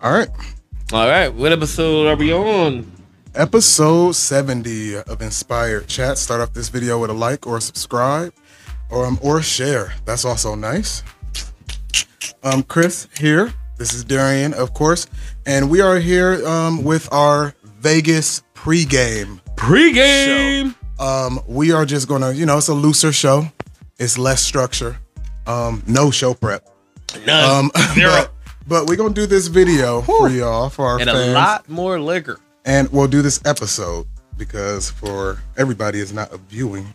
All right. All right, what episode are we on? Episode 70 of Inspired Chat. Start off this video with a like or a subscribe or, um, or a share. That's also nice. Um, Chris here. This is Darian, of course. And we are here um, with our Vegas pregame. Pre-game. Um, we are just going to, you know, it's a looser show, it's less structure, um, no show prep. None. Um, Zero. But, but we're gonna do this video for y'all for our and fans, a lot more liquor. and we'll do this episode because for everybody is not a viewing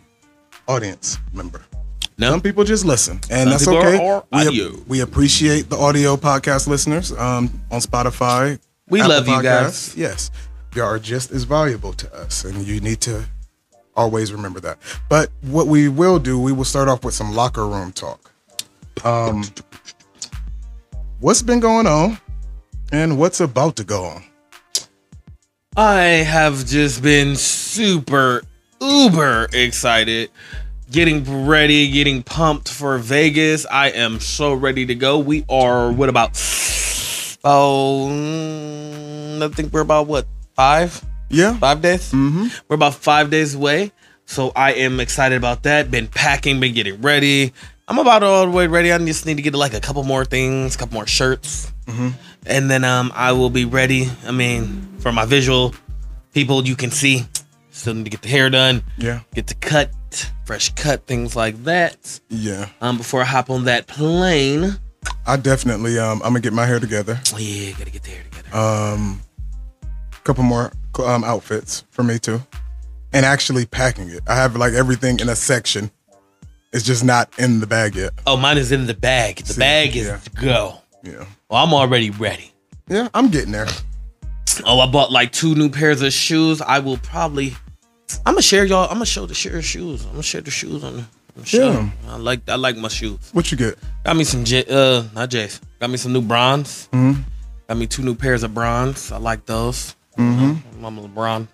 audience member. No. Some people just listen, and that's people are- okay. are we, audio. we appreciate the audio podcast listeners um, on Spotify. We love you guys. Podcasts. Yes, you are just as valuable to us, and you need to always remember that. But what we will do, we will start off with some locker room talk. Um, what's been going on, and what's about to go on? I have just been super uber excited. Getting ready, getting pumped for Vegas. I am so ready to go. We are what about oh mm, I think we're about what five? Yeah. Five days? Mm-hmm. We're about five days away. So I am excited about that. Been packing, been getting ready. I'm about all the way ready. I just need to get like a couple more things, couple more shirts. Mhm. And then um I will be ready. I mean, for my visual people, you can see. Still need to get the hair done, Yeah. get the cut, fresh cut, things like that. Yeah. Um, before I hop on that plane. I definitely um I'm gonna get my hair together. Oh yeah, gotta get the hair together. Um couple more um outfits for me too. And actually packing it. I have like everything in a section. It's just not in the bag yet. Oh, mine is in the bag. The See, bag is yeah. go. Yeah. Well, I'm already ready. Yeah, I'm getting there. Oh, I bought like two new pairs of shoes. I will probably. I'm gonna share y'all. I'm gonna show the share shoes. I'm gonna share the shoes on. The, Yeah. yeah. I like I like my shoes. What you get? Got me some J, uh not J's. Got me some new bronze. Mhm. Got me two new pairs of bronze. I like those. Mhm. I'm a LeBron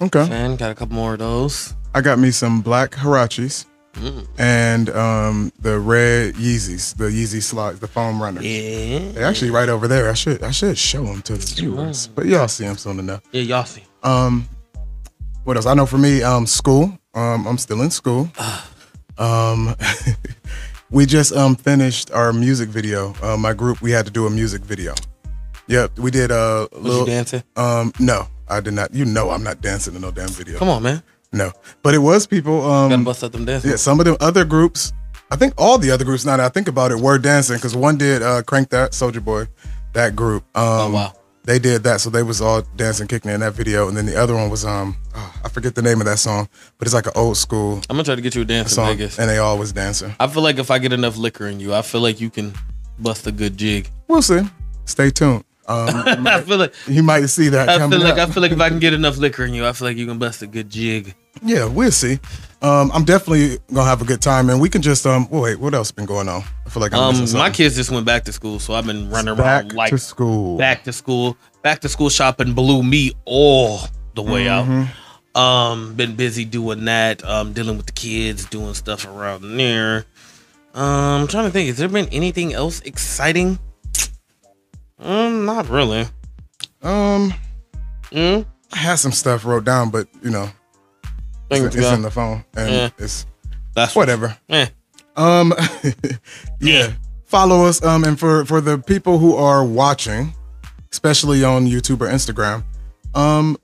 Okay. fan. Got a couple more of those. I got me some black Hirachis Mm. and um the red Yeezys, the Yeezy slides, the foam runners. Yeah. They're actually right over there. I should I should show them to the viewers. But y'all see them soon enough. Yeah, y'all see. Um, what else? I know for me, um, school. Um, I'm still in school. Um, we just um finished our music video. Uh, my group, we had to do a music video. Yep, we did a Was you little. dancing? Um, no, I did not. You know, I'm not dancing in no damn video. Come on, man. No, but it was people. Gotta Um, bust up them dancing. yeah, some of the other groups. I think all the other groups. Now that I think about it, were dancing because one did uh, crank that Soldier Boy, that group. Um, oh wow. they did that, so they was all dancing, kicking in that video, and then the other one was um, oh, I forget the name of that song, but it's like an old school I'm gonna try to get you a dance in song, Vegas. and they all was dancing. I feel like if I get enough liquor in you, I feel like you can bust a good jig. We'll see. Stay tuned. Um, I feel like you might see that. I coming feel like up. I feel like if I can get enough liquor in you, I feel like you can bust a good jig. yeah, we'll see. Um, I'm definitely gonna have a good time, and we can just um, well, wait, what else been going on? I feel like I'm Um, missing my something. kids just went back to school, so I've been running back around like to school. back to school, back to school shopping blew me all the way Mhm. out. Um, been busy doing that, um, dealing with the kids, doing stuff around there. Um, I'm trying to think, has there been anything else exciting? Mm, not really. Um, Mm, I had some stuff wrote down, but you know, thank it's, you, it's God. in the phone, and Yeah. it's That's whatever. Eh. Um, Yeah. yeah. Follow us. Um, and for for the people who are watching, especially on YouTube or Instagram, um,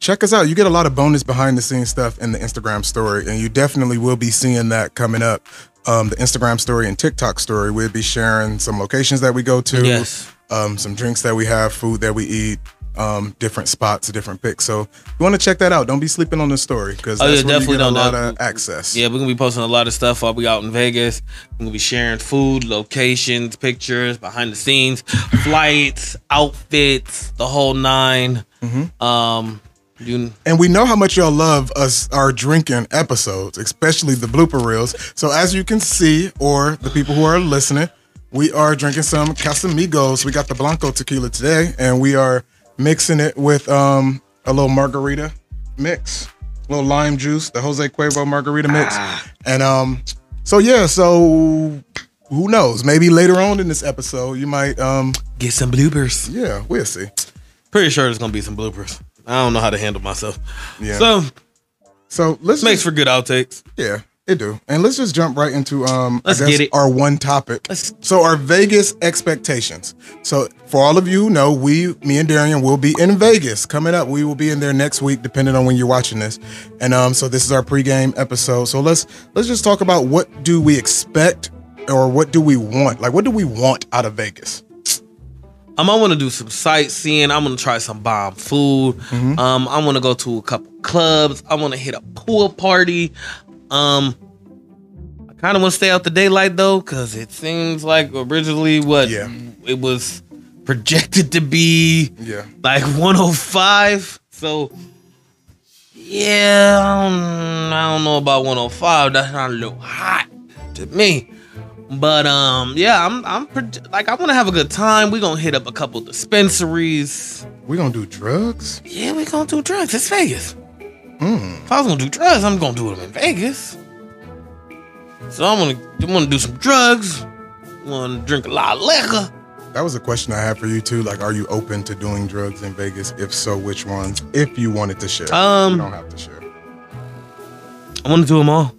check us out. You get a lot of bonus behind the scenes stuff in the Instagram story, and you definitely will be seeing that coming up. Um, the Instagram story and TikTok story. We'll be sharing some locations that we go to, Yes. um, some drinks that we have, food that we eat, um, different spots, different picks. So you want to check that out. Don't be sleeping on the story because Oh, yeah, that's where definitely you get a don't. lot That- of access. Yeah, we're gonna be posting a lot of stuff while we out in Vegas. We're gonna be sharing food, locations, pictures, behind the scenes, flights, outfits, the whole 9 Um, you, And we know how much y'all love us our drinking episodes, especially the blooper reels. So as you can see, or the people who are listening, we are drinking some Casamigos. We got the Blanco tequila today, and we are mixing it with um a little margarita mix, a little lime juice, the Jose Cuervo margarita mix, and um. So yeah, so who knows? Maybe later on in this episode, you might. Um, Get some bloopers. yeah, we'll see. Pretty sure there's gonna be some bloopers. I don't know how to handle myself. Yeah. So, So let's makes make for good outtakes. yeah, it do, and let's just jump right into um, Let's I guess get it. our one topic. Let's- so our Vegas expectations. So for all of you who know, we, me and Darian, will be in Vegas coming up. We will be in there next week, depending on when you're watching this. And um, so this is our pregame episode. So let's let's just talk about what do we expect, or what do we want? Like, what do we want out of Vegas? Um, I want to do some sightseeing. I'm gonna try some bomb food. Um, I want to go to a couple clubs. I want to hit a pool party. Um, I kind of want to stay out the daylight though, cause it seems like originally what Yeah. it was projected to be Yeah. like 105. So yeah, I don't, I don't know about 105. That's not a little hot to me. But um, yeah, I'm I'm proj- like I want to have a good time. We gonna hit up a couple dispensaries. We gonna do drugs? Yeah, we gonna do drugs. It's Vegas. If I was gonna do drugs, I'm gonna do them in Vegas. So I'm gonna I'm gonna do some drugs. I'm gonna drink a lot of liquor. That was a question I had for you too. Like, are you open to doing drugs in Vegas? If so, which ones? If you wanted to share, Um, you don't have to share. I want to do them all.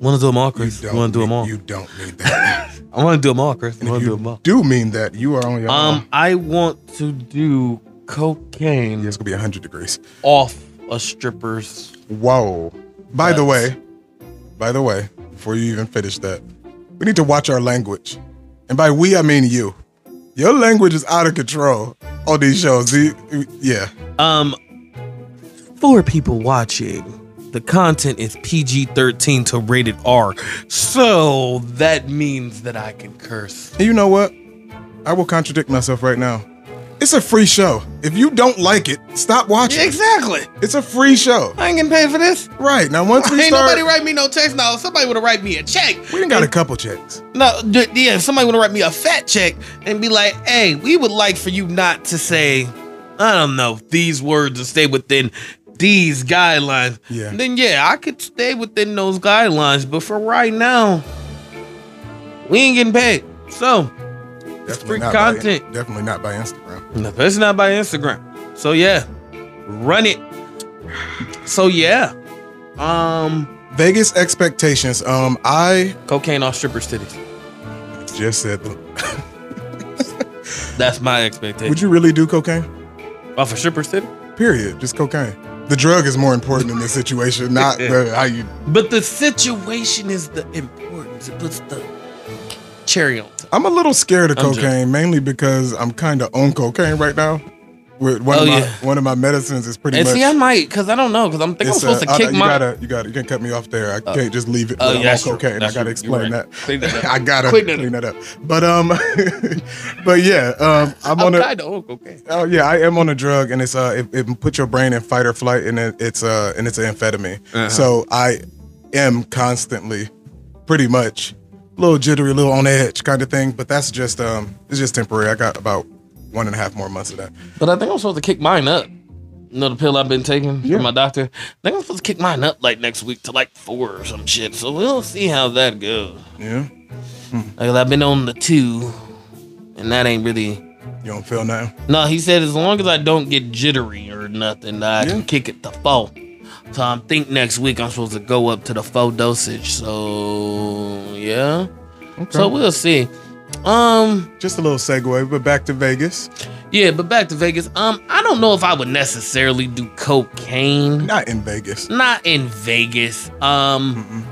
want to do them all, You Chris. I don't. want to do them need- all. You don't need that. I want to do them all, Chris. I And if want to do you them all. do mean that you are on your Um, own. I want to do cocaine It's gonna be hundred degrees. off a stripper's. Whoa. By the That's- way, by the way, before you even finish that, we need to watch our language, and by we I mean you. Your language is out of control on these shows. You- yeah, Um, for people watching, the content is PG thirteen to rated R, so that means that I can curse. And you know what? I will contradict myself right now. It's a free show. If you don't like it, stop watching. Exactly. It's a free show. I ain't getting paid for this. Right. Now, once we Ain't start, nobody write me no checks now. Somebody would have write me a check. we done got a couple checks. No, d- yeah, somebody would write me a fat check and be like, hey, we would like for you not to say, I don't know, these words and stay within these guidelines. Yeah. Then, yeah, I could stay within those guidelines. But for right now, we ain't getting paid. So, Definitely free not by- content. definitely not by Instagram. no, that's not by Instagram. So, yeah, run it. So, yeah, um, Vegas expectations. Um, I cocaine off strippers' titties. just said, them. That's my expectation. would you really do cocaine? off a stripper's titty? Period. Just cocaine. The drug is more important in this situation, not the, how you. But the situation is the importance. It puts the cherry on top. I'm a little scared of I'm cocaine, mainly because I'm kind of on cocaine right now. With one Oh, of my yeah. one of my medicines is pretty And much. see, I might, because I don't know, because I'm think I'm It's supposed a- to I- kick you my. gotta, you gotta, you can cut me off there. I can't just leave it. when Oh, I'm yeah, on that's true. cocaine. I That's gotta true. You're explain right. that. Clean that up. I gotta Clean clean, that that up. But um, but yeah, um, I'm I'm on a. kind of okay. Oh yeah, I am on a drug, and it's uh, it, it put your brain in fight or flight, and it, it's uh, and it's an amphetamine. Uh-huh. So I am constantly, pretty much, a little jittery, a little on edge kind of thing. But that's just um, it's just temporary. I got about one and a half more months of that. But I think I'm supposed to kick mine up. You know the pill I've been taking Yeah. from my doctor. I think I'm supposed to kick mine up like next week to like four or some shit. So we'll see how that goes. Yeah, Like I've been on the two, and that ain't really. you don't feel nothing. No, he said as long as I don't get jittery or nothing, I Yeah. can kick it to four. So I think next week I'm supposed to go up to the full dosage. So yeah. So we'll see. Um, Just a little segue, but back to Vegas. yeah, but back to Vegas. Um, I don't know if I would necessarily do cocaine. Not in Vegas. Not in Vegas. Um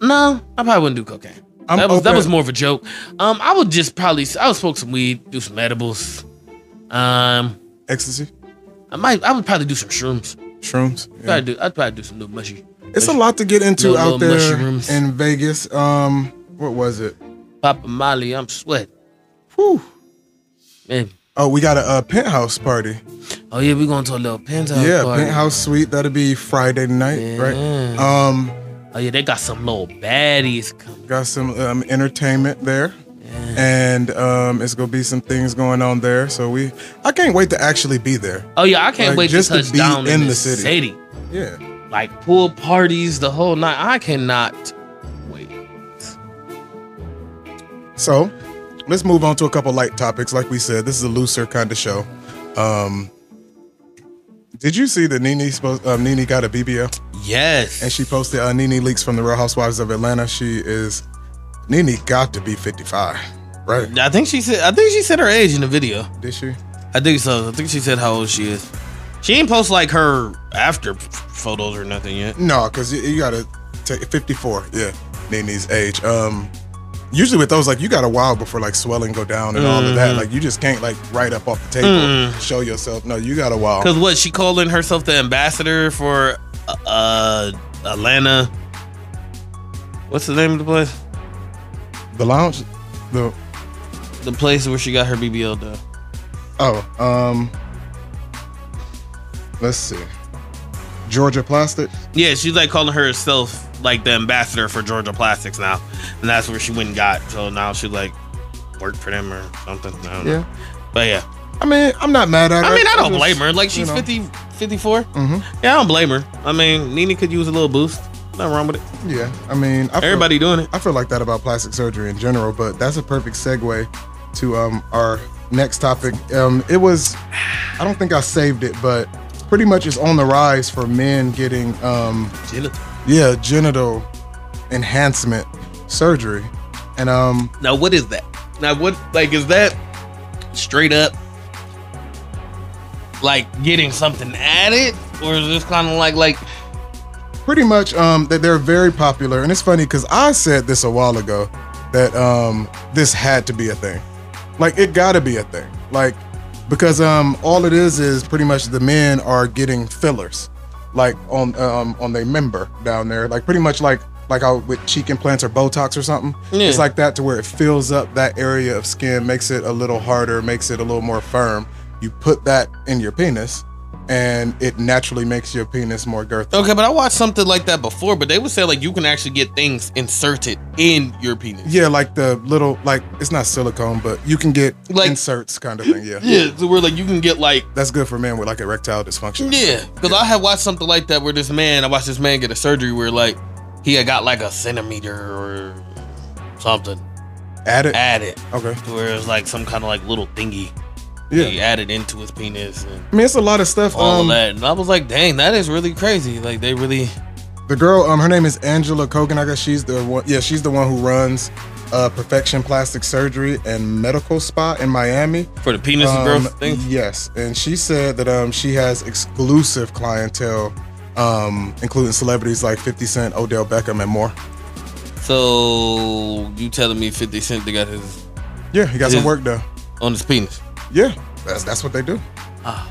No, I probably wouldn't do cocaine. I'm that was that open- was more of a joke. Um, I would just probably I would smoke some weed, do some edibles. Um, Ecstasy, I might. I would probably do some shrooms. shrooms. yeah. Probably do. I'd probably do some little mushy. It's a lot to get into Little- out little there mushrooms. in Vegas. Um, what was it? Papa Molly, I'm sweating. Whew. Man. Oh, we got a, uh penthouse party. Oh yeah, we going to a little penthouse. yeah, party. penthouse suite. That'll be Friday night, right? Um, Oh yeah, they got some little baddies coming. got some um, entertainment there, and um, it's gonna be some things going on there. So we, I can't wait to actually be there. Oh yeah, I can't Like, wait just to to touch be down in in, the the city. city. Yeah, Like pool parties the whole night. I cannot wait. So let's move on to a couple light topics. Like we said, this is a looser kind of show. Um, did you see that Nene supposed, uh, Nene got a BBL Yes. and she posted uh, Nene leaks from the Real Housewives of Atlanta? She is Nene got to be fifty five, right? I think she said. I think she said her age in the video. Did she? I think so. I think she said how old she is. She ain't post like her after f- photos or nothing yet. No, because you, you gotta take 54. Yeah, Nene's age. Um, usually with those, like you got a while before like swelling go down and all of Mm-hmm. that. Like you just can't like right up off the table show yourself. No, you got a while. Cause what she calling herself the ambassador for uh, uh Atlanta. What's the name of the place? The lounge, the The place where she got her BBL done. oh um, let's see, Georgia Plastic. Yeah, she's like calling herself like the ambassador for Georgia Plastics now, and that's where she went and got. So now she like worked for them or something. I don't know. But yeah, I mean I'm not mad at her. I mean, I don't just- blame her. Like she's you know. 50, 54. Mhm. Yeah, I don't blame her. I mean, Nene could use a little boost. Nothing wrong with it. Yeah, I mean I feel- Everybody doing it. I feel like that about plastic surgery in general, but that's a perfect segue to um, our next topic. Um, it was, I don't think I saved it, but pretty much it's on the rise for men getting, um, yeah, genital enhancement surgery. And um, Now, what is that? Now, what like is that straight up like getting something added, or is this kind of like like pretty much um, that they're very popular. And it's funny because I said this a while ago that um, this had to be a thing. Like it gotta be a thing. Like because um, all it is is pretty much the men are getting fillers, like on um, on their member down there. Like pretty much like like how with cheek implants or Botox or something. Yeah. It's like that to where it fills up that area of skin, makes it a little harder, makes it a little more firm. You put that in your penis, and it naturally makes your penis more girthy. okay? But I watched something like that before, but they would say like you can actually get things inserted in your penis. Yeah, like the little like it's not silicone, but you can get Like- inserts kind of thing. Yeah. Yeah, so we're like you can get like That's good for men with like erectile dysfunction. Yeah, because I had watched something like that where this man, I watched this man get a surgery where like he had got like a centimeter or something Add it. added, Okay. where it was like some kind of like little thingy Yeah. he added into his penis and I mean, it's a lot of stuff. all um, of that. And I was like, dang, that is really crazy. Like they really, The girl, um, her name is Angela Kogan. I guess she's the one. Yeah, she's the one who runs uh, Perfection Plastic Surgery and Medical Spa in Miami. for the penis Um, growth thing. Yes, and she said that um, she has exclusive clientele, um, including celebrities like 50 Cent, Odell Beckham, and more. So you telling me 50 Cent they got his Yeah, he got Yeah. some work done. on his penis? Yeah, that's that's what they do. Ah.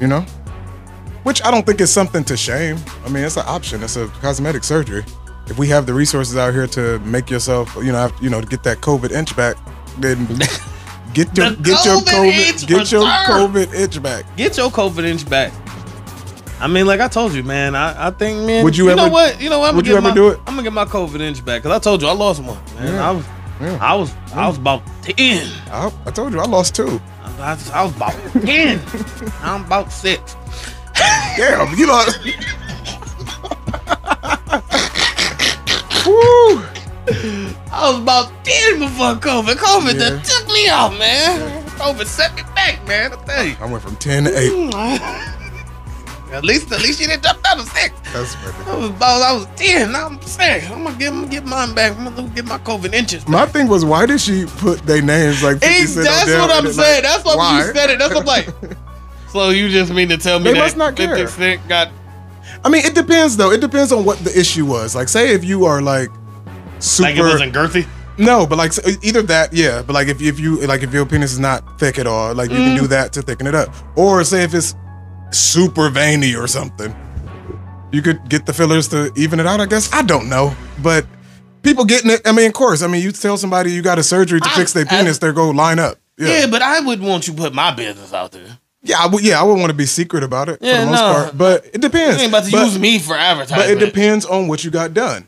You know, which I don't think is something to shame. I mean, it's an option. It's a cosmetic surgery. If we have the resources out here to make yourself, you know, have, you know, to get that COVID inch back, then get your The get your COVID COVID itch get your reserved. COVID itch back. Get your COVID inch back. I mean, like I told you, man. I, I think, man. Would you know ever- what? You know what? I'm would gonna you get ever my- do it? I'm gonna get my COVID inch back because I told you I lost one. Man, Yeah. I was, Yeah. I was, I was about ten. I, I told you, I lost two. I was, I was about ten. I'm about six. Damn, you lost. Woo! I was about ten before COVID. COVID Yeah. done took me off, man. COVID set me back, man. I tell you. I went from ten to eight. at least, at least you didn't jump out of six. That's perfect. I was about, I was ten. Now I'm six. I'm gonna get, I'm gonna get mine back. I'm gonna get my COVID inches. My thing was, why did she put their names like 50 Hey, Cent that's Odell, what and I'm then, saying. Like, that's why, why? you said it. That's what I'm like. so you just mean to tell me They that must not 50 care. Cent got I mean, it depends though. It depends on what the issue was. Like, say if you are like super, like it wasn't girthy? no, but like so- either that, yeah. But like if if you like if your penis is not thick at all, like you can Mm. do that to thicken it up. Or say if it's super veiny or something, you could get the fillers to even it out. I guess I don't know, but people getting it. I mean, of course. I mean, you tell somebody you got a surgery to I- fix their I- penis, they're go line up. Yeah. Yeah, but I wouldn't want you to put my business out there. yeah, I would, yeah. I wouldn't want to be secret about it for Yeah, the most no. part, but it depends. You ain't about to But- use me for But advertising. it depends on what you got done.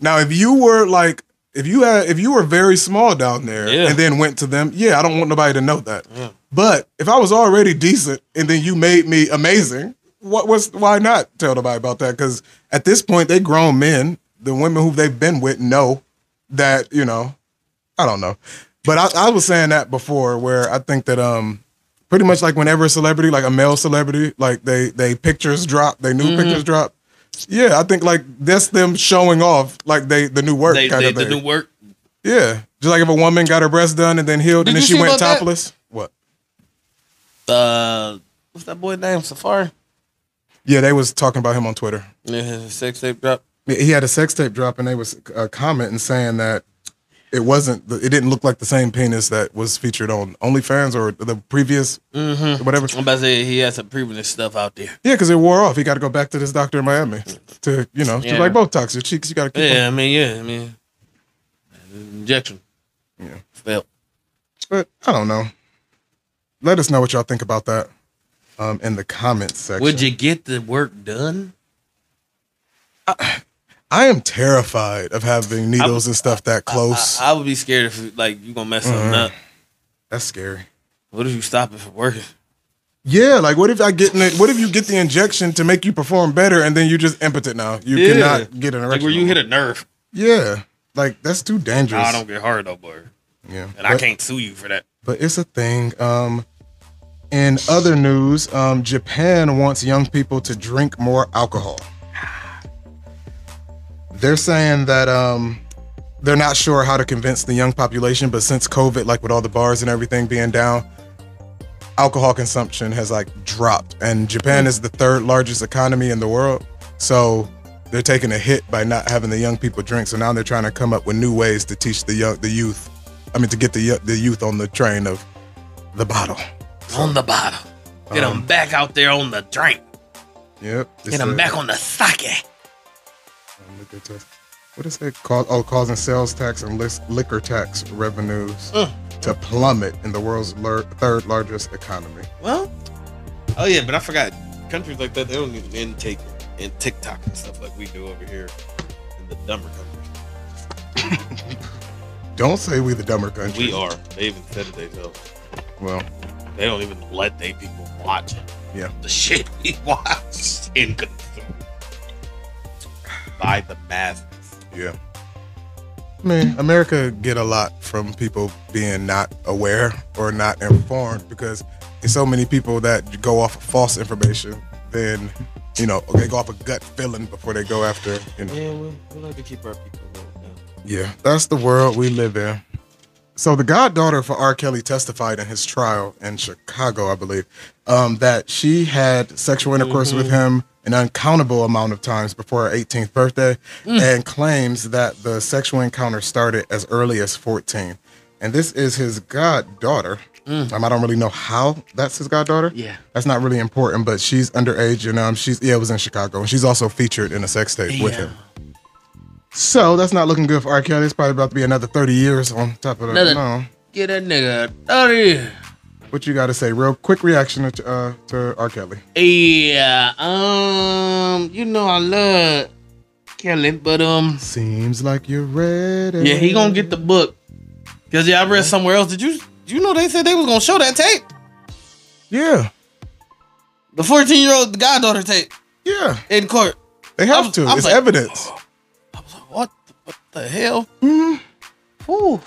Now, if you were like, if you had, if you were very small down there Yeah. and then went to them, yeah, I don't want nobody to know that. But if I was already decent and then you made me amazing, what was why not tell nobody about that? Because at this point, they grown men. The women who they've been with know that you know I don't know. But I, I was saying that before, where I think that um, pretty much like whenever a celebrity, like a male celebrity, like they they pictures drop, they new Mm-hmm. pictures drop. Yeah, I think like that's them showing off, like they the new work They, kind they, of the thing. new work. yeah, just like if a woman got her breast done and then healed, Did and then you she see went about that? topless. What? Uh, what's that boy name? Safari. Yeah, they was talking about him on Twitter. Yeah, sex tape drop. He had a sex tape drop, and they was uh, commenting saying that it wasn't, the- it didn't look like the same penis that was featured on OnlyFans or the previous whatever. Mm-hmm. I'm about to say he has some previous stuff out there. Yeah, because it wore off. He got to go back to this doctor in Miami to, you know, Yeah. just like Botox, your cheeks, you got to keep. Yeah, them. I mean, yeah, I mean, injection. Yeah. Felt. But I don't know. Let us know what y'all think about that um, in the comments section. Would you get the work done? I am terrified of having needles and stuff that close. I, I would be scared if like you gonna mess something up. That's scary. What if you stop it from working? Yeah, like what if I get in it? What if you get the injection to make you perform better, and then you're just impotent now? You Yeah. cannot get an erection. Like where you hit a nerve. Yeah, like that's too No, dangerous. I don't get hard no more, Yeah, and I but- can't sue you for that. but it's a thing. Um, in other news, um, Japan wants young people to drink more alcohol. They're saying that um, they're not sure how to convince the young population, but since COVID, like with all the bars and everything being down, alcohol consumption has like dropped. And Japan is the third largest economy in the world. So they're taking a hit by not having the young people drink. So now they're trying to come up with new ways to teach the young, the youth. I mean, to get the yo- the youth on the train of the bottle. on the bottom. Get them back out there on the drink. Yep. Get them back on the sake. What is it called? Oh, causing sales tax and lis- liquor tax revenues to plummet in the world's lar- third largest economy. Well, oh yeah, but I forgot. Countries like that, they don't even intake and TikTok and stuff like we do over here in the dumber countries. Don't say we the dumber country. We are. They even said it themselves. Well, They don't even let they people watch it. Yeah. The shit we watch and consume by the masses. yeah. I mean, America get a lot from people being not aware or not informed because there's so many people that go off of false information. Then, you know, they go off a gut feeling before they go after, you know. Yeah, we, we like to keep our people low. Yeah, that's the world we live in. So the goddaughter for R. Kelly testified in his trial in Chicago, I believe, um, that she had sexual intercourse with Mm-hmm. him an uncountable amount of times before her 18th birthday, Mm. and claims that the sexual encounter started as early as 14. And this is his goddaughter. Um, I don't really know how that's his goddaughter. Mm. Yeah. that's not really important, but she's underage, and um, she's yeah, it was in Chicago, and she's also featured in a sex tape with Yeah. him. So that's not looking good for R. Kelly. It's probably about to be another 30 years on top of that. Another- No. Get that nigga out of here. What you got to say? Real quick reaction to, uh, to R. Kelly. Yeah, um, you know I love Kelly, but um, Seems like you're ready. yeah, he gonna get the book. Cause yeah, I read somewhere else. Did you you know they said they was gonna show that tape, Yeah. the fourteen year old goddaughter tape Yeah. in court? They I have was- to. I It's was like- evidence. What what the hell? Mhm. Whew.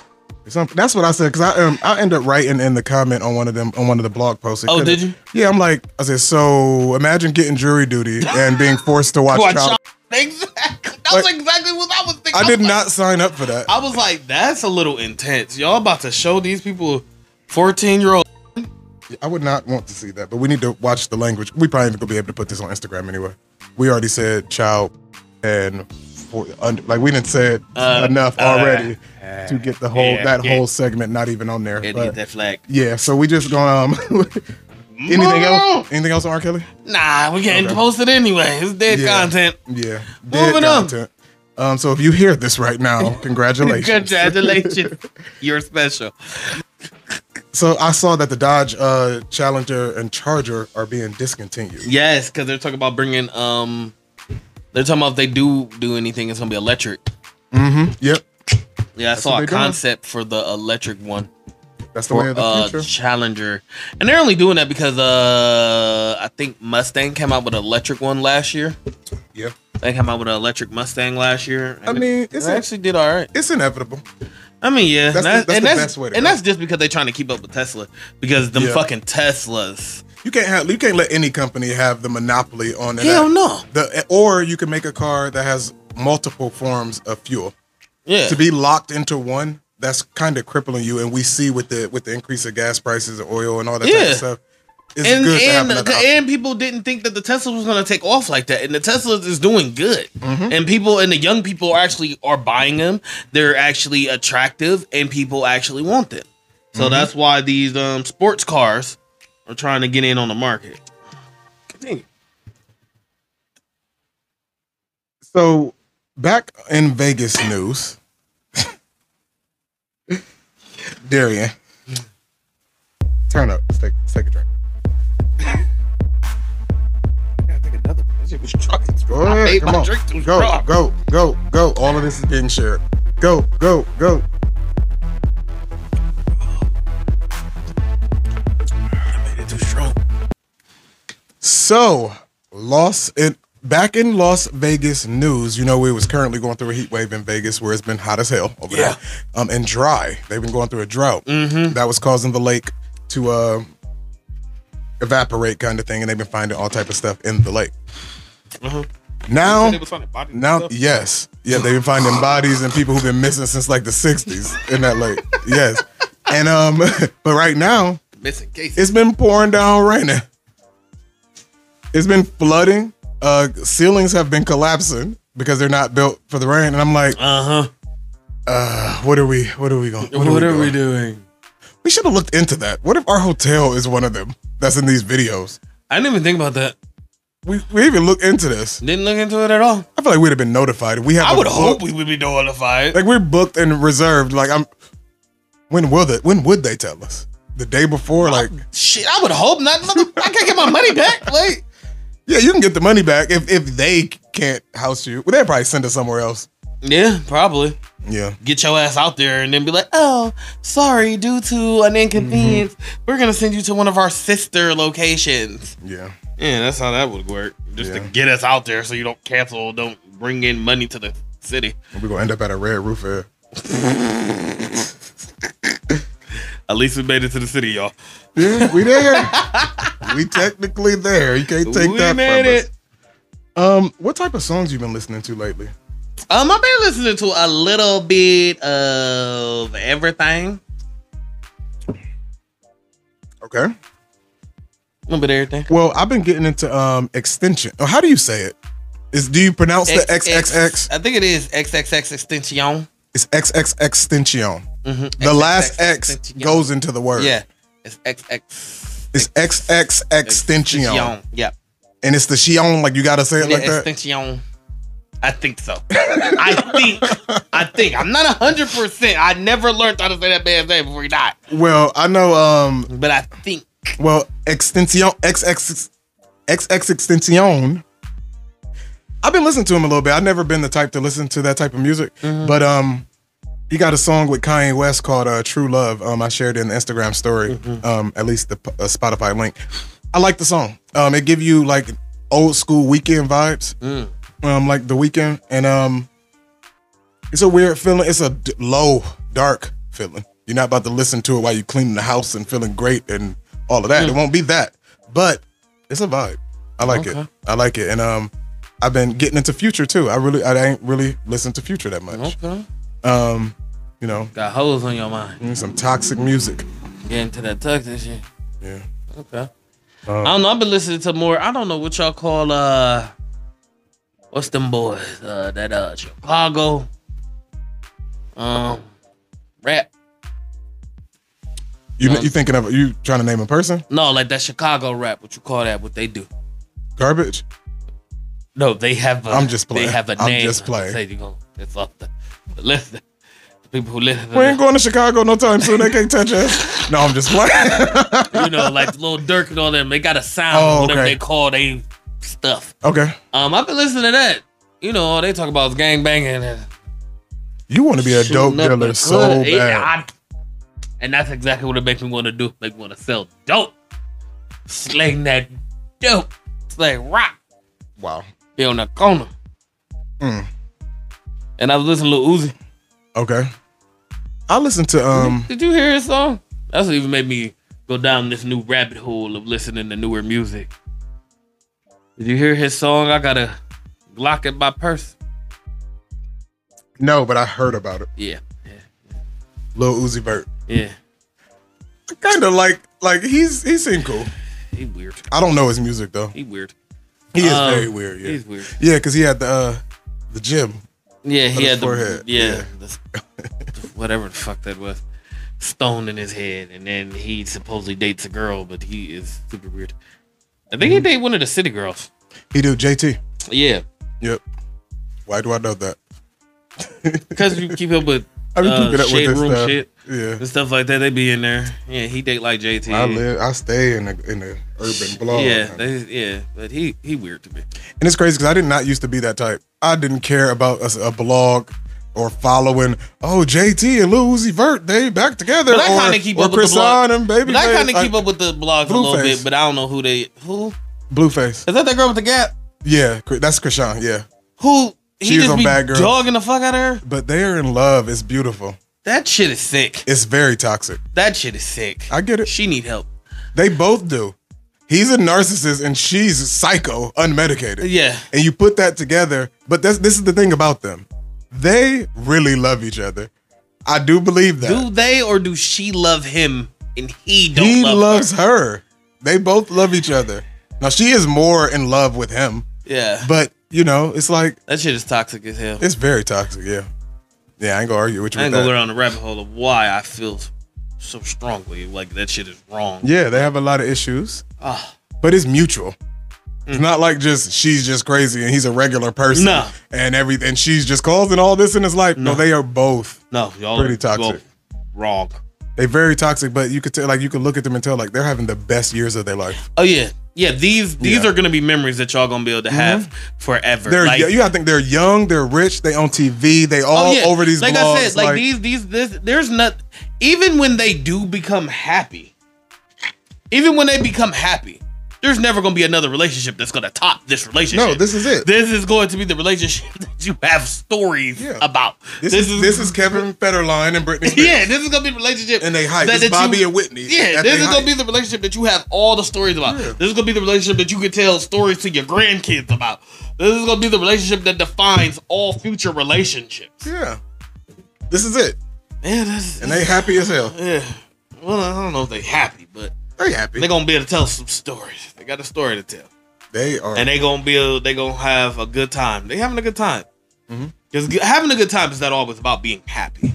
Some- um, that's what I said because I um I end up writing in the comment on one of them on one of the blog posts. It Oh, could've- did you? Yeah, I'm like I said. So imagine getting jury duty and being forced to watch. Watch child- out. Exactly. That's Like- exactly what I was thinking. I was did like- not sign up for that. I was like, that's a little intense. Y'all about to show these people fourteen year old. I would not want to see that, but we need to watch the language. We probably ain't gonna be able to put this on Instagram anyway. We already said child and for, under, like we didn't said Uh, enough uh, already to get the whole yeah, that yeah. whole segment not even on there. And but- get that flag. yeah, so we just gonna um, anything else? Anything else on R. Kelly? Nah, we getting Okay. posted anyway. It's dead Yeah. content. Yeah, Moving on. On. Um, so if you hear this right now, congratulations. Congratulations. You're special. So I saw that the Dodge uh, Challenger and Charger are being discontinued. Yes, because they're talking about bringing. um They're talking about if they do do anything, it's gonna be electric. Yep, Yeah, I what saw a they doing. concept for the electric one that's the way for of the uh, future. Challenger, and they're only doing that because uh I think Mustang came out with an electric one last year. Yep. They came out with an electric Mustang last year. and I mean, it, it's it a- actually did all right. It's inevitable. I I mean, yeah, That's the- that- that's and the that's best way to and go. that's just because they're trying to keep up with Tesla because them Yeah. fucking Teslas. You can't have you can't let any company have the monopoly on that. Hell no. The or you can make a car that has multiple forms of fuel. Yeah, To be locked into one, that's kind of crippling you. And we see with the with the increase of gas prices, of oil, and all that type Yeah. of stuff. It's and good to have and another option. and people didn't think that the Tesla was going to take off like that, and the Tesla is doing good, and people and the young people are actually are buying them. They're actually attractive, and people actually want them. So that's why these um, sports cars are trying to get in on the market. Continue. So back in Vegas news, Darian, turn up. Let's take, let's take a drink. Go ahead. Come on. Go, go, go, go. All of this is being shared. Go, go, go. So, Los in back in Las Vegas news, you know we was currently going through a heat wave in Vegas where it's been hot as hell over Yeah. there, um, and dry. They've been going through a drought Mm-hmm. that was causing the lake to uh, evaporate, kind of thing, and they've been finding all type of stuff in the lake. Uh-huh. Now, now, now, yes, yeah, they've been finding bodies and people who've been missing since like the '60s in that lake. Yes, and um, but right now missing cases. it's been pouring down raining. It's been flooding. Uh, ceilings have been collapsing because they're not built for the rain. And I'm like, Uh huh. uh, what are we? What are we going? What, are we doing? We should have looked into that. What if our hotel is one of them that's in these videos? I didn't even think about that. We we even look into this. Didn't look into it at all. I feel like we'd have been notified. We have. I a would book- hope we would be notified. Like we're booked and reserved. Like I'm. When will that? When would they tell us? The day before? Like Shit, I would hope not. Mother- I can't get my money back. Like, yeah, you can get the money back if if they can't house you. Well, they'd probably send us somewhere else. yeah, probably Yeah. get your ass out there and then be like, oh, sorry, due to an inconvenience, Mm-hmm. we're gonna send you to one of our sister locations. Yeah. Yeah, that's how that would work. Just to Yeah. get us out there, so you don't cancel, don't bring in money to the city. We're gonna end up at a red roof air. At least we made it to the city, y'all. Yeah, we there. we technically there. You can't take we that made from it. us. Um, what type of songs you been listening to lately? Um, I've been listening to a little bit of everything. Okay. A little bit of everything. Well, I've been getting into um extension. Oh, how do you say it? Is do you pronounce the X- X- XXX? I think it is XXX extension. It's XX extension. Mm-hmm. The last X goes into the word. Yeah, it's XX It's XX extension. Yeah, And it's the shion, like you gotta say it yeah like that. extension. I think so. I think. I think. I'm not hundred percent. I never learned how to say that man's name before he died, Well, I know um but I think. Well, extension XX XX extension. I've been listening to him a little bit. I've never been the type to listen to that type of music, but um, he got a song with Kanye West called uh, "True Love." Um, I shared it in the Instagram story. Mm-hmm. Um, at least the uh, Spotify link. I like the song. Um, it give you like old school weekend vibes. Mm. Um, like the weekend, and um, it's a weird feeling. It's a d- low, dark feeling. You're not about to listen to it while you're cleaning the house and feeling great and all of that. Mm. It won't be that, but it's a vibe. I like it. Okay. I like it. And um, I've been getting into Future too. I really, I ain't really listened to Future that much. Okay. Um, you know, Got holes on your mind. some toxic music. Get into that tux and shit. Yeah. Okay. I Um, don't know. I've been listening to more. I don't know what y'all call uh, what's them boys? Uh, that uh, Chicago, um, rap. you um, you thinking of you trying to name a person? No, like that Chicago rap. What you call that? What they do? Garbage. No, they have. A, I'm just playing. They have a I'm name. just playing. Say you gonna- It's off the the list. The people who listen. To We ain't this, going to Chicago no time soon. They can't touch us. No, I'm just playing. you know, like Lil Durk and all them. They got a sound. Oh, whatever okay. they call they stuff. okay. Um, I've been listening to that. You know, all they talk about is gang banging and You want to be a dope shooting up dealer the so hood. Yeah, bad. I- and that's exactly what it makes me want to do. Make me want to sell dope, sling that dope, sling rock. Wow. be on the corner. Mm. And I was listening to Lil Uzi. Okay. I listened to um Did you hear his song? That's what even made me go down this new rabbit hole of listening to newer music. Did you hear his song? I got a Glock in my purse. no, but I heard about it. Yeah, Lil Uzi Vert. yeah. Kind of like like he's he seemed cool. He weird. I don't know his music though. He weird. He is Um, very weird. Yeah, He's weird. yeah, because he had the uh, the gym. Yeah, he his had the forehead, yeah, yeah. the- whatever the fuck that was, stone in his head, and then he supposedly dates a girl, but he is super weird. I think he Mm-hmm. dated one of the city girls. He do JT. Yeah, Yep. Why do I know that? because you keep up with I be uh, keeping up with shade this room stuff. shit Yeah. and stuff like that. They be in there. Yeah, he date like JT. I live. I stay in the in the urban block. Yeah, and, they, yeah, but he he weird to me. it's crazy because I did not used to be that type. I didn't care about a, a blog or following. Oh, JT and Lil Uzi Vert, they back together. But I or- kinda keep or up with the Chris blog. and Baby. But I kind of keep up with the blogs a little Blueface. bit, but I don't know who they who Blueface. is that. That girl with the gap Yeah, Chris- that's Krishan. Yeah, who he She was just on be Bad Girls. dogging the fuck out of her. but they are in love. It's beautiful. That shit is sick. It's very toxic. That shit is sick. I get it. She need help. They both do. He's a narcissist and she's psycho, unmedicated. Yeah. and you put that together. But that's, this is the thing about them. They really love each other. I do believe that. Do they or do she love him and he don't he love loves her. They both love each other. Now she is more in love with him, her? Yeah. but you know, it's like That shit is toxic as hell. it's very toxic, yeah. Yeah, I ain't gonna argue with you I ain't with gonna go that. down the rabbit hole of why I feel so strongly like that shit is wrong. Yeah, they have a lot of issues, Ah, but it's mutual. Mm. It's not like just she's just crazy and he's a regular person No. and everything. She's just causing all this in his life. No, No. they are both no, y'all Pretty are toxic. both wrong. They very toxic, but you could tell, like you could look at them and tell, like they're having the best years of their life. Oh yeah. Yeah, these these Yeah. Mm-hmm. are gonna be memories that y'all gonna be able to have forever. They're Like- Oh, you gotta think they're young, they're rich, they on TV, they all over these like blogs. I said, like, these, these, this, there's not. Even when they do become happy, even when they become happy, there's never gonna be another relationship that's gonna top this relationship. No, this is it. This is going to be the relationship that you have stories Yeah. about. This, is, this is Kevin Federline and Britney. Spears. yeah, this is gonna be the relationship and they hype. that- This that you- Bobby and Whitney. yeah, at this they is hype. gonna be the relationship that you have all the stories about. Yeah. This is gonna be the relationship that you can tell stories to your grandkids about. This is gonna be the relationship that defines all future relationships. yeah. This is it, Man, that's, and they happy as hell. Yeah. Well, I don't know if they happy, but They happy. they gonna be able to tell some stories. They got a story to tell, They are. and they gonna be able, they gonna have a good time. They having a good time. Because having a good time is not always about being happy.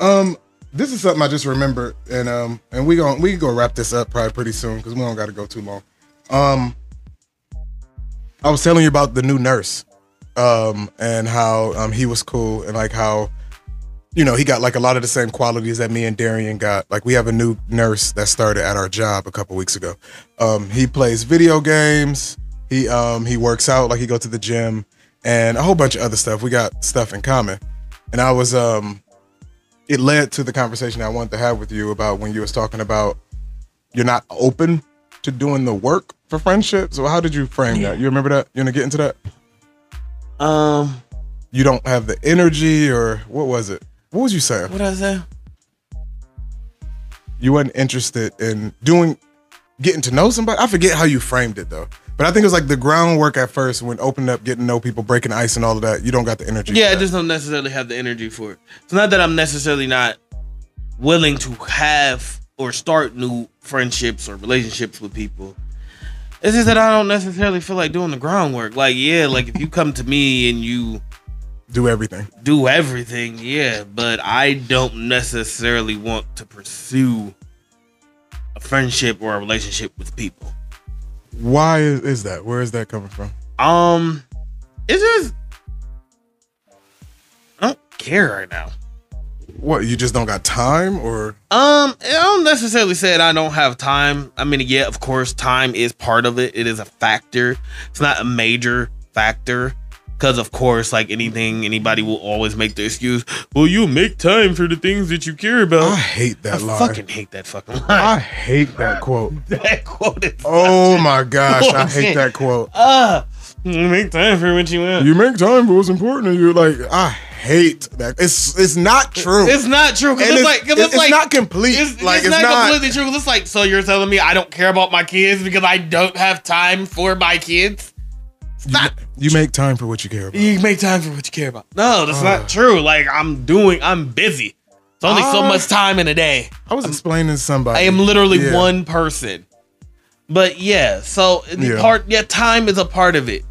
um, this is something I just remembered, and um, and we going we can go wrap this up probably pretty soon because we don't got to go too long. Um, I was telling you about the new nurse, um, and how um he was cool, and like how, you know, he got like a lot of the same qualities that me and Darian got. Like we have a new nurse that started at our job a couple weeks ago. Um, he plays video games. He um he works out, like he go to the gym, and a whole bunch of other stuff. We got stuff in common, and I was um, it led to the conversation I wanted to have with you about when you was talking about you're not open to doing the work for friendship. So how did you frame that? You remember that? You want to get into that? Um, You don't have the energy, or what was it? What was you saying? what I say? You weren't interested in doing, getting to know somebody. I forget how you framed it though, but I think it was like the groundwork at first when opening up, getting to know people, breaking ice, and all of that. You don't got the energy. Yeah, I for that. just don't necessarily have the energy for it. It's not that I'm necessarily not willing to have or start new friendships or relationships with people. It's just that I don't necessarily feel like doing the groundwork. Like, yeah, like if you come to me and you do everything. do everything, yeah, but I don't necessarily want to pursue a friendship or a relationship with people. Why is, is that? Where is that coming from? Um, it's just I don't care right now. What you just don't got time, or Um, I don't necessarily say that I don't have time. I mean, yeah, of course, time is part of it. It is a factor. It's not a major factor. Because, of course, like anything, anybody will always make the excuse, well, you make time for the things that you care about. I hate that Uh, I line. fucking hate that fucking line. I hate that quote. that quote is. Oh my gosh, I hate that quote. Ah, you make time for what you want. You make time for what's important to you. Like I hate that. It's it's not true. It's not true. Cause And it's, it's, like, cause it's, it's, like, not complete. it's, like it's, not, completely true. 'cause It's like, so you're telling me I don't care about my kids because I don't have time for my kids? It's not. You make time for what you care about. You make time for what you care about. Oh. No, that's Uh. not true. Like I'm doing, I'm busy. It's only so Uh. much time in a day. I was explaining to somebody. I am literally Yeah. one person. But yeah, so the Yeah. part yeah, time is a part of it.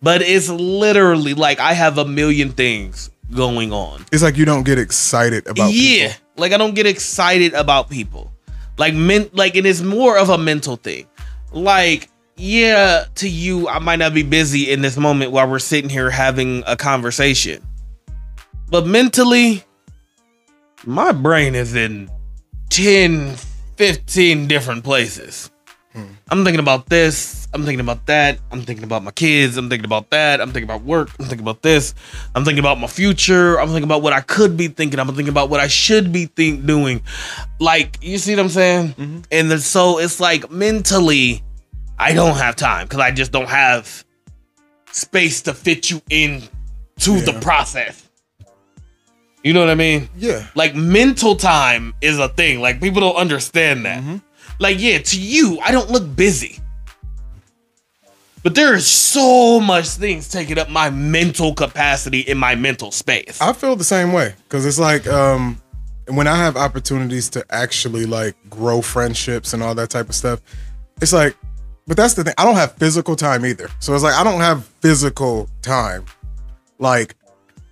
But it's literally like I have a million things going on. It's like you don't get excited about. yeah. people. Like I don't get excited about people. Like men like it is more of a mental thing. Like yeah, to you I might not be busy in this moment while we're sitting here having a conversation. But mentally my brain is in 10 15 different places. I'm thinking about this. I'm thinking about that. I'm thinking about my kids. I'm thinking about that. I'm thinking about work. I'm thinking about this. I'm thinking about my future. I'm thinking about what I could be thinking. I'm thinking about what I should be think doing. Like, you see what I'm saying? And then, so it's like mentally, I don't have time because I just don't have space to fit you in to the Yeah. process. You know what I mean? Yeah. Like mental time is a thing. Like people don't understand that. Like yeah, to you, I don't look busy. But there is so much things taking up my mental capacity in my mental space. I feel the same way because it's like um, when I have opportunities to actually like grow friendships and all that type of stuff, it's like, but that's the thing. I don't have physical time either. So it's like I don't have physical time. Like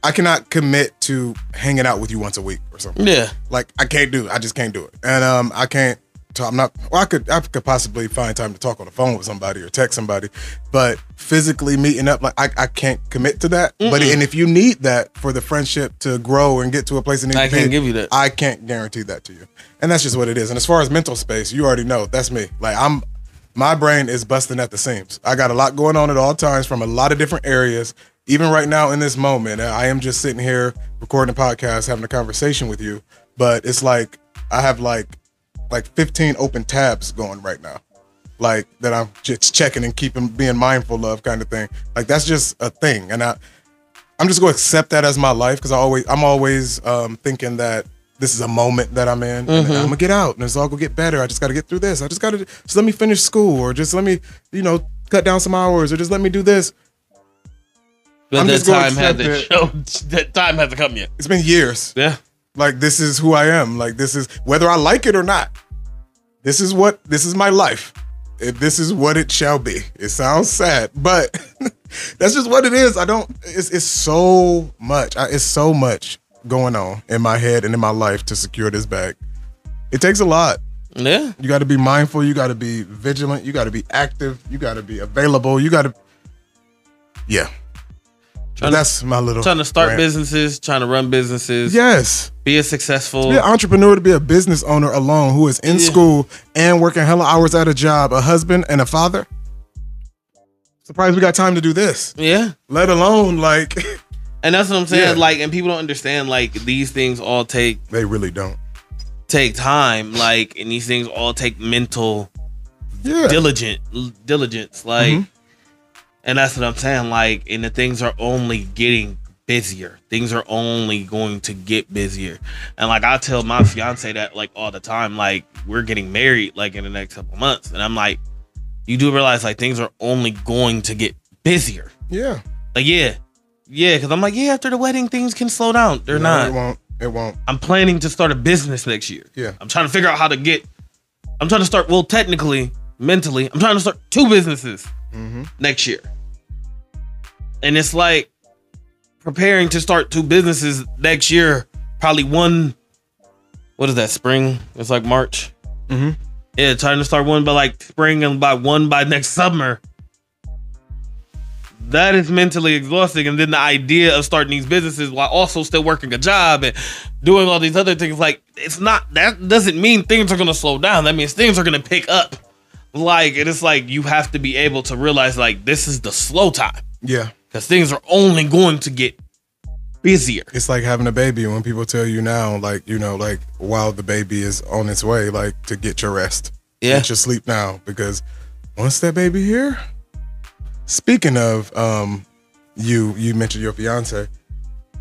I cannot commit to hanging out with you once a week or something. yeah. Like I can't do it. I just can't do it. And um, I can't. Talk, I'm not. Well, I could. I could possibly find time to talk on the phone with somebody or text somebody, but physically meeting up, like I, I can't commit to that. But and if you need that for the friendship to grow and get to a place, and I can't give you that. I can't guarantee that to you. And that's just what it is. And as far as mental space, you already know that's me. Like I'm. My brain is busting at the seams. I got a lot going on at all times from a lot of different areas. Even right now in this moment, I am just sitting here recording a podcast, having a conversation with you. But it's like I have like like 15 open tabs going right now. Like that I'm just checking and keeping being mindful of kind of thing. Like that's just a thing. And I I'm just gonna accept that as my life because I always I'm always um thinking that this is a moment that I'm in and I'm gonna get out and it's all gonna get better. I just gotta get through this. I just gotta just let me finish school or just let me, you know, cut down some hours or just let me do this. But I'm that just gonna time hasn't accept showed that time hasn't come yet. It's been years. Yeah. Like this is who I am. Like this is whether I like it or not. This is what this is my life. If this is what it shall be. It sounds sad, but that's just what it is. I don't. It's it's so much. I, it's so much going on in my head and in my life to secure this bag. It takes a lot. Yeah. You got to be mindful. You got to be vigilant. You got to be active. You got to be available. You got to. Yeah, Trying, that's my little. to, trying to start rant. businesses, trying to run businesses, Yes. be a successful. be an entrepreneur to be a business owner alone who is in Yeah. school and working hella hours at a job, a husband and a father. Surprised we got time to do this, yeah. let alone like And that's what I'm saying. Yeah. Like, and people don't understand. Like, these things all take they really don't. take time. Like, and these things all take mental Yeah. diligent l- diligence. Like, and that's what I'm saying. Like, and the things are only getting busier. Things are only going to get busier. And like, I tell my fiance that like all the time. Like, we're getting married like in the next couple months, and I'm like, you do realize like things are only going to get busier. yeah. Like, yeah. Yeah, because I'm like, yeah, after the wedding, things can slow down. They're No, not. It won't. It won't. I'm planning to start a business next year. Yeah. I'm trying to figure out how to get. I'm trying to start. Well, technically, mentally, I'm trying to start two businesses Mm-hmm. next year. And it's like preparing to start two businesses next year. Probably one. What is that? Spring. It's like March. Mhm. Yeah, trying to start one by like spring and by one by next summer. That is mentally exhausting. And then the idea of starting these businesses while also still working a job and doing all these other things, like it's not that doesn't mean things are gonna slow down. That means things are gonna pick up. Like it is like you have to be able to realize like this is the slow time. Yeah. Because things are only going to get busier. It's like having a baby when people tell you now, like, you know, like while the baby is on its way, like to get your rest. Yeah. Get your sleep now. Because once that baby here, speaking of um you you mentioned your fiance,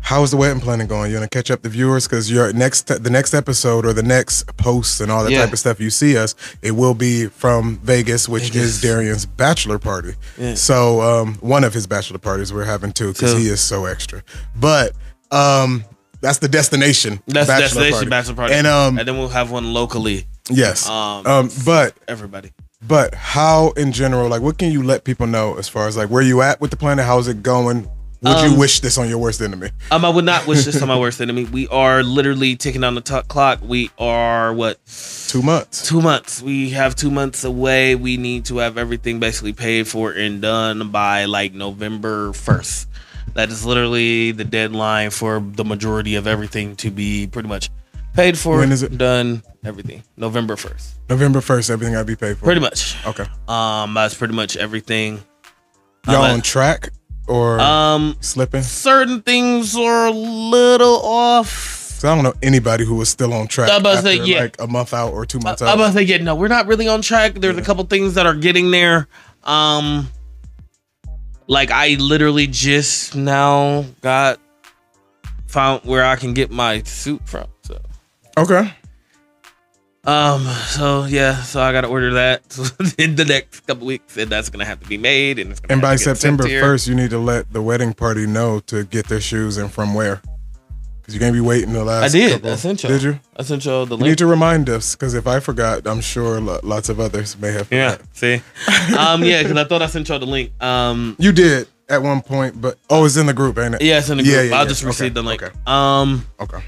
How is the wedding planning going? You want to catch up the viewers because your next the next episode or the next posts and all that Yeah. type of stuff you see us, it will be from Vegas, which Vegas. is Darian's bachelor party. Yeah. So um, one of his bachelor parties we're having too because Two. he is so extra. But um, that's the destination. That's the destination bachelor party. And um, and then we'll have one locally. yes, Um, um, but everybody. but how in general, like what can you let people know as far as like where you at with the planet? How's it going? Would you Um, wish this on your worst enemy? Um, I would not wish this on my worst enemy. We are literally ticking down the t- clock. We are what Two months. two months. We have two months away. We need to have everything basically paid for and done by like November first. That is literally the deadline for the majority of everything to be pretty much paid for. When is it? done? Everything November first, November first, everything I'd be paid for. pretty much. Okay. Um, that's pretty much everything. Y'all Um, on track or Um, slipping? certain things are a little off. 'Cause I don't know anybody who was still on track I was about to say, after, yeah. like a month out or two months I'm out. about to say, yeah, no, we're not really on track. There's a couple things that are getting there. Um, like I literally just now got found where I can get my suit from. So, okay. um, so yeah, so I got to order that in the next couple weeks, and that's gonna have to be made, and it's gonna And have by to get sent September here. first, you need to let the wedding party know to get their shoes and from where. Because you're gonna be waiting the last. I did. couple- I sent y'all. Did you? I sent y'all the You link. need to remind us because if I forgot, I'm sure lo- lots of others may have. yeah. See. um. Yeah. Because I thought I sent y'all the link. Um. You did at one point, but oh, it's in the group, ain't it? Yeah, it's in the group. Yeah, yeah, I'll yeah. just Okay, receive the link. okay. Um. Okay.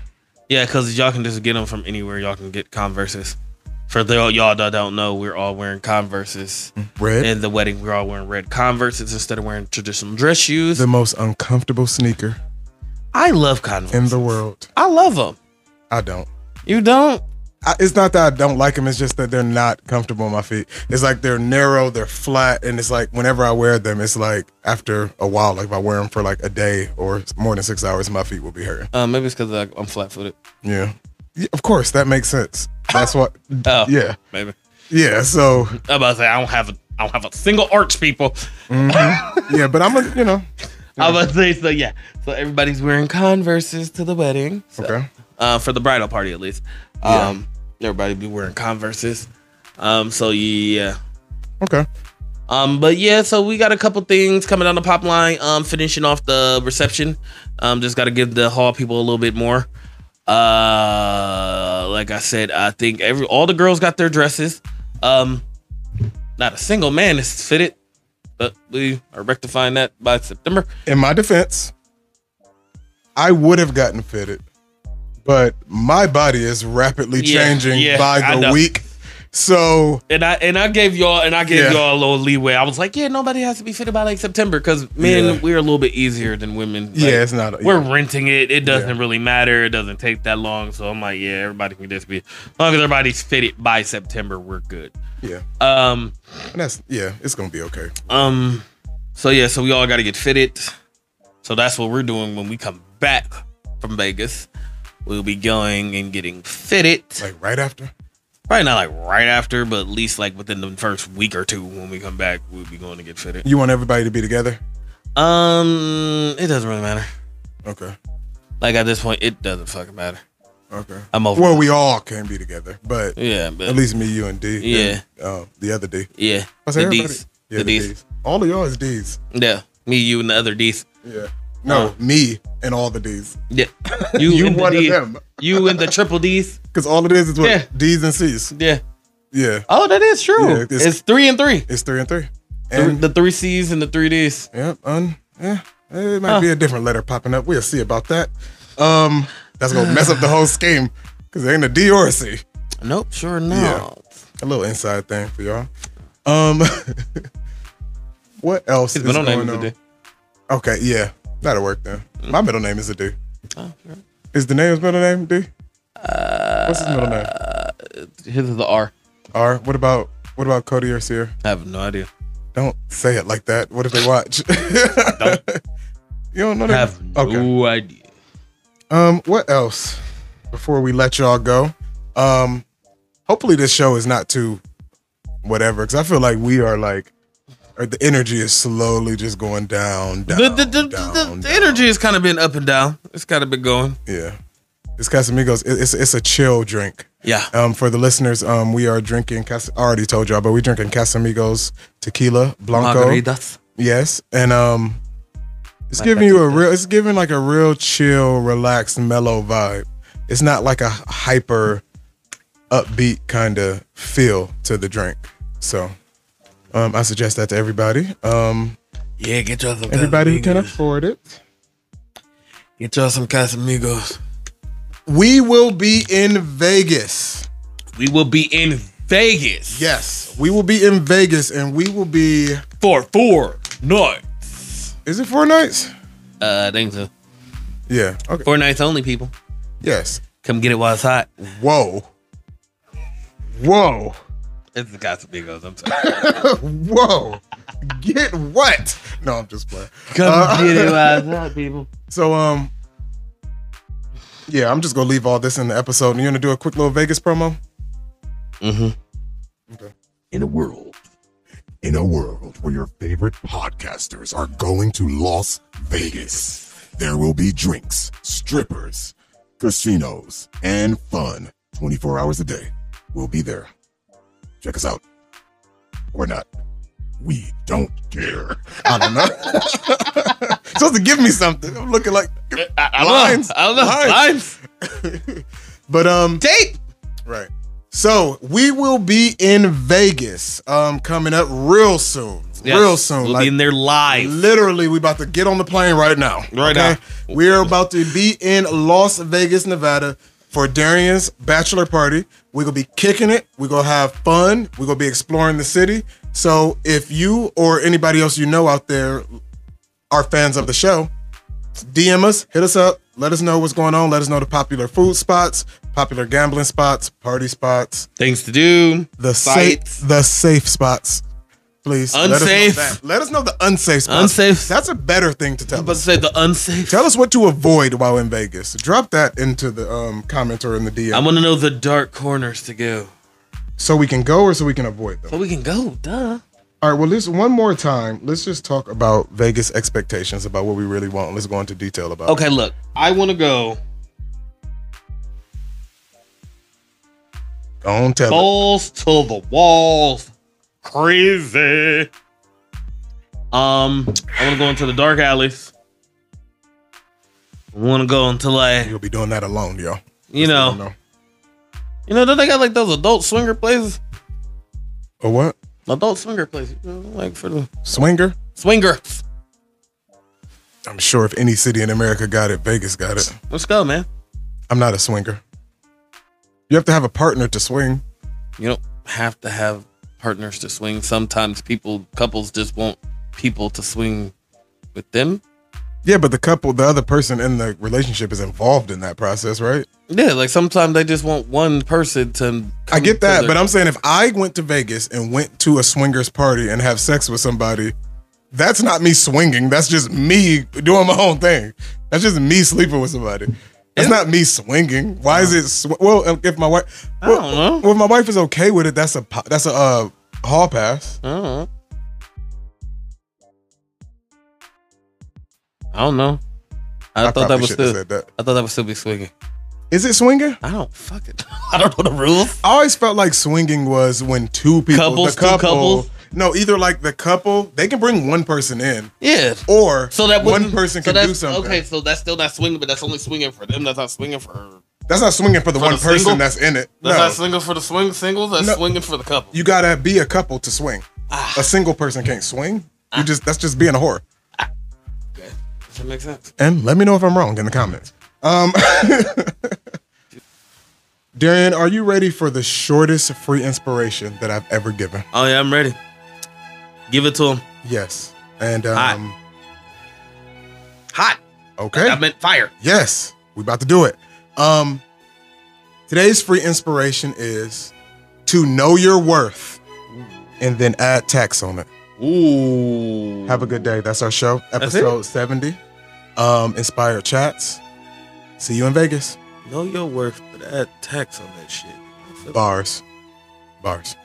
Yeah, because y'all can just get them from anywhere. Y'all can get Converses. For the, y'all that don't know, we're all wearing Converses. Red, In the wedding, we're all wearing red Converses instead of wearing traditional dress shoes. the most uncomfortable sneaker I love Converse. in the world. I love them. I don't. You don't? I, it's not that I don't like them. It's just that they're not comfortable on my feet. It's like they're narrow, they're flat, and it's like whenever I wear them, it's like after a while, like if I wear them for like a day or more than six hours, my feet will be hurting. Uh, maybe it's because I'm flat footed. Yeah. Yeah, Of course, that makes sense. That's what. Oh, Yeah. maybe. Yeah. So I'm about to say I don't have a, I don't have a single arch, people. Mm-hmm. yeah, but I'm a you know I'm about to say so. Yeah. So everybody's wearing Converses to the wedding. So. okay. uh, for the bridal party at least. Yeah. Um, everybody be wearing Converses. Um, so yeah. Okay. Um, but yeah, so we got a couple things coming down the pop line. Um, finishing off the reception. Um, just got to give the hall people a little bit more. Uh, like I said, I think every all the girls got their dresses. Um, not a single man is fitted, but we are rectifying that by September. In my defense, I would have gotten fitted, but my body is rapidly Yeah, changing yeah, I by the know. week. So And I and I gave y'all and I gave Yeah. y'all a little leeway. I was like, yeah, nobody has to be fitted by like September because men Yeah. we're a little bit easier than women. Like, yeah, it's not. we're renting it. It doesn't Yeah. really matter. It doesn't take that long. So I'm like, yeah, everybody can just be as long as everybody's fitted by September, we're good. yeah. Um, And that's yeah, it's gonna be okay. um, so yeah, so we all got to get fitted. So that's what we're doing when we come back from Vegas. We'll be going and getting fitted. Like right after. Probably not like right after, but at least like within the first week or two when we come back, we'll be going to get fitted. You want everybody to be together? Um, it doesn't really matter. Okay. Like at this point, it doesn't fucking matter. Okay. I'm over. Well, we all can be together, but yeah, but at least me, you, and D. Yeah. And, uh, the other D. yeah, I the said everybody- D's, Yeah, the the D's, D's. All of y'all is D's. yeah, me, you, and the other D's. Yeah. No, Uh. me and all the D's. Yeah, you, You and the one of D- them. You and the triple D's. Because all it is is what Yeah. D's and C's. Yeah. Yeah. Oh, that is true. Yeah, it's, it's- three and three. It's three and three. The- And the three C's and the three D's. yeah, un, yeah. It might be a different letter popping up. We'll see about that. Um, that's gonna mess up the whole scheme. Cause it ain't a D or a C. Nope, sure not. a little inside thing for y'all. Um, what else His is middle going name on? is the D. Mm. Okay, yeah, that'll work then. My middle name is a D. Oh, Uh, sure. Is the name's middle name D? What's his middle name? His is the R. R. What about what about Cody or Sierra? I have no idea. Don't say it like that. What if they watch? Don't. you don't know I that. have no idea. Um, what else before we let y'all go? Um, hopefully this show is not too whatever because I feel like we are like Or the energy is slowly just going down, down, The, the, the, down, the, the down. energy has kind of been up and down. It's kind of been going. Yeah, it's Casamigos. It- It's it's a chill drink. Yeah. Um, for the listeners, um, we are drinking. Cas- I already told y'all, but we're drinking Casamigos tequila blanco. Margaritas. Yes, and um, it's giving you a real. It's giving like a real chill, relaxed, mellow vibe. It's not like a hyper, upbeat kind of feel to the drink. So, um, I suggest that to everybody. Um, Yeah, get y'all some everybody who can Casamigos. afford it. Get y'all some Casamigos. We will be in Vegas. We will be in Vegas. Yes, we will be in Vegas, and we will be. For four nights. Is it four nights? Uh, I think so. Yeah. Okay. Four nights only, people. Yes. Come get it while it's hot. Whoa. Whoa. It's the Casamigos. I'm sorry. Whoa. Get what? No, I'm just playing. Come Uh, get it while it's hot, people. So um Yeah, I'm just gonna leave all this in the episode. You're gonna do a quick little Vegas promo? Mm-hmm. Uh, in a world in a world where your favorite podcasters are going to Las Vegas. There will be drinks, strippers, casinos, and fun 24 hours a day. We'll be there. Check us out. Or not. We don't care. I don't know. supposed to give me something. I'm looking like I, I uh, Lines. Love, I love Lines. lines. But um Tape. Right. So we will be in Vegas um coming up real soon. Yes, Mm-hmm. Real soon. We'll like, be in there live. Literally, we about to get on the plane right now. Right now. We're about to be in Las Vegas, Nevada for Darian's bachelor party. We're going to be kicking it. We're going to have fun. We're going to be exploring the city. So if you or anybody else you know out there are fans of the show, DM us, hit us up, let us know what's going on. Let us know the popular food spots, popular gambling spots, party spots, Things to do. the Sites. safe, the safe spots. Please let us know Unsafe. that. Let us know, the unsafe spots. Unsafe. That's a better thing to tell But us. say the unsafe. Tell us what to avoid while in Vegas. Drop that into the um, comment or in the DM, I want to know the dark corners to go. so we can go or so we can avoid them. But we can go, duh. All right. Well, let's one more time. Let's just talk about Vegas expectations about what we really want. Let's go into detail about. it. Okay, look. I want to go Go on, tell it. balls to the walls. Crazy. Um, I want to go into the dark alleys. I want to go into like, You'll be doing that alone, yo. you Oh know, no. you know, don't they got like those adult swinger places? A what? Adult swinger places, you know, like for the Swinger? swingers. I'm sure if any city in America got it, Vegas got it. Let's go, man. I'm not a swinger. You have to have a partner to swing. You don't have to have partners to swing. Sometimes people, couples just want people to swing with them. Yeah, but the couple, the other person in the relationship is involved in that process, right? Yeah, like sometimes they just want one person to. I come get to that, their- but I'm saying if I went to Vegas and went to a swingers party and have sex with somebody, that's not me swinging. That's just me doing my own thing. That's just me sleeping with somebody. That's not me swinging. Why is it? Sw- well, um, if my wife, I don't know. well, if my wife is okay with it, that's a po- that's a uh, hall pass. I don't know. I don't know. I, thought probably that was shouldn't have still. said that. I thought that was still be swinging. Is it swinging? I don't fucking. I don't know the rules. I always felt like swinging was when two people, Couples, the two couple, couples? no, either like the couple, they can bring one person in, Yeah. or So that one wouldn't- person so can that's- do something. Okay, so that's still not swinging, but that's only swinging for them. That's not swinging for her. That's not swinging for the For one the person single? that's in it. That's no, not swinging for the swing singles. That's No. swinging for the couple. you gotta be a couple to swing. Ah. A single person can't swing. You just that's just being a whore. Does that make sense? And let me know if I'm wrong in the comments. Um, Darian, are you ready for the shortest free inspiration that I've ever given? Oh yeah, I'm ready. Give it to him. Yes. And Hot. um, Hot. okay. I meant fire. Yes, we about to do it. Um, today's free inspiration is to know your worth and then add tax on it. Ooh. Have a good day. That's our show, That's episode 70. Um, Inspired Chats. See you in Vegas. Know your worth, but add tax on that shit. Bars. Bars.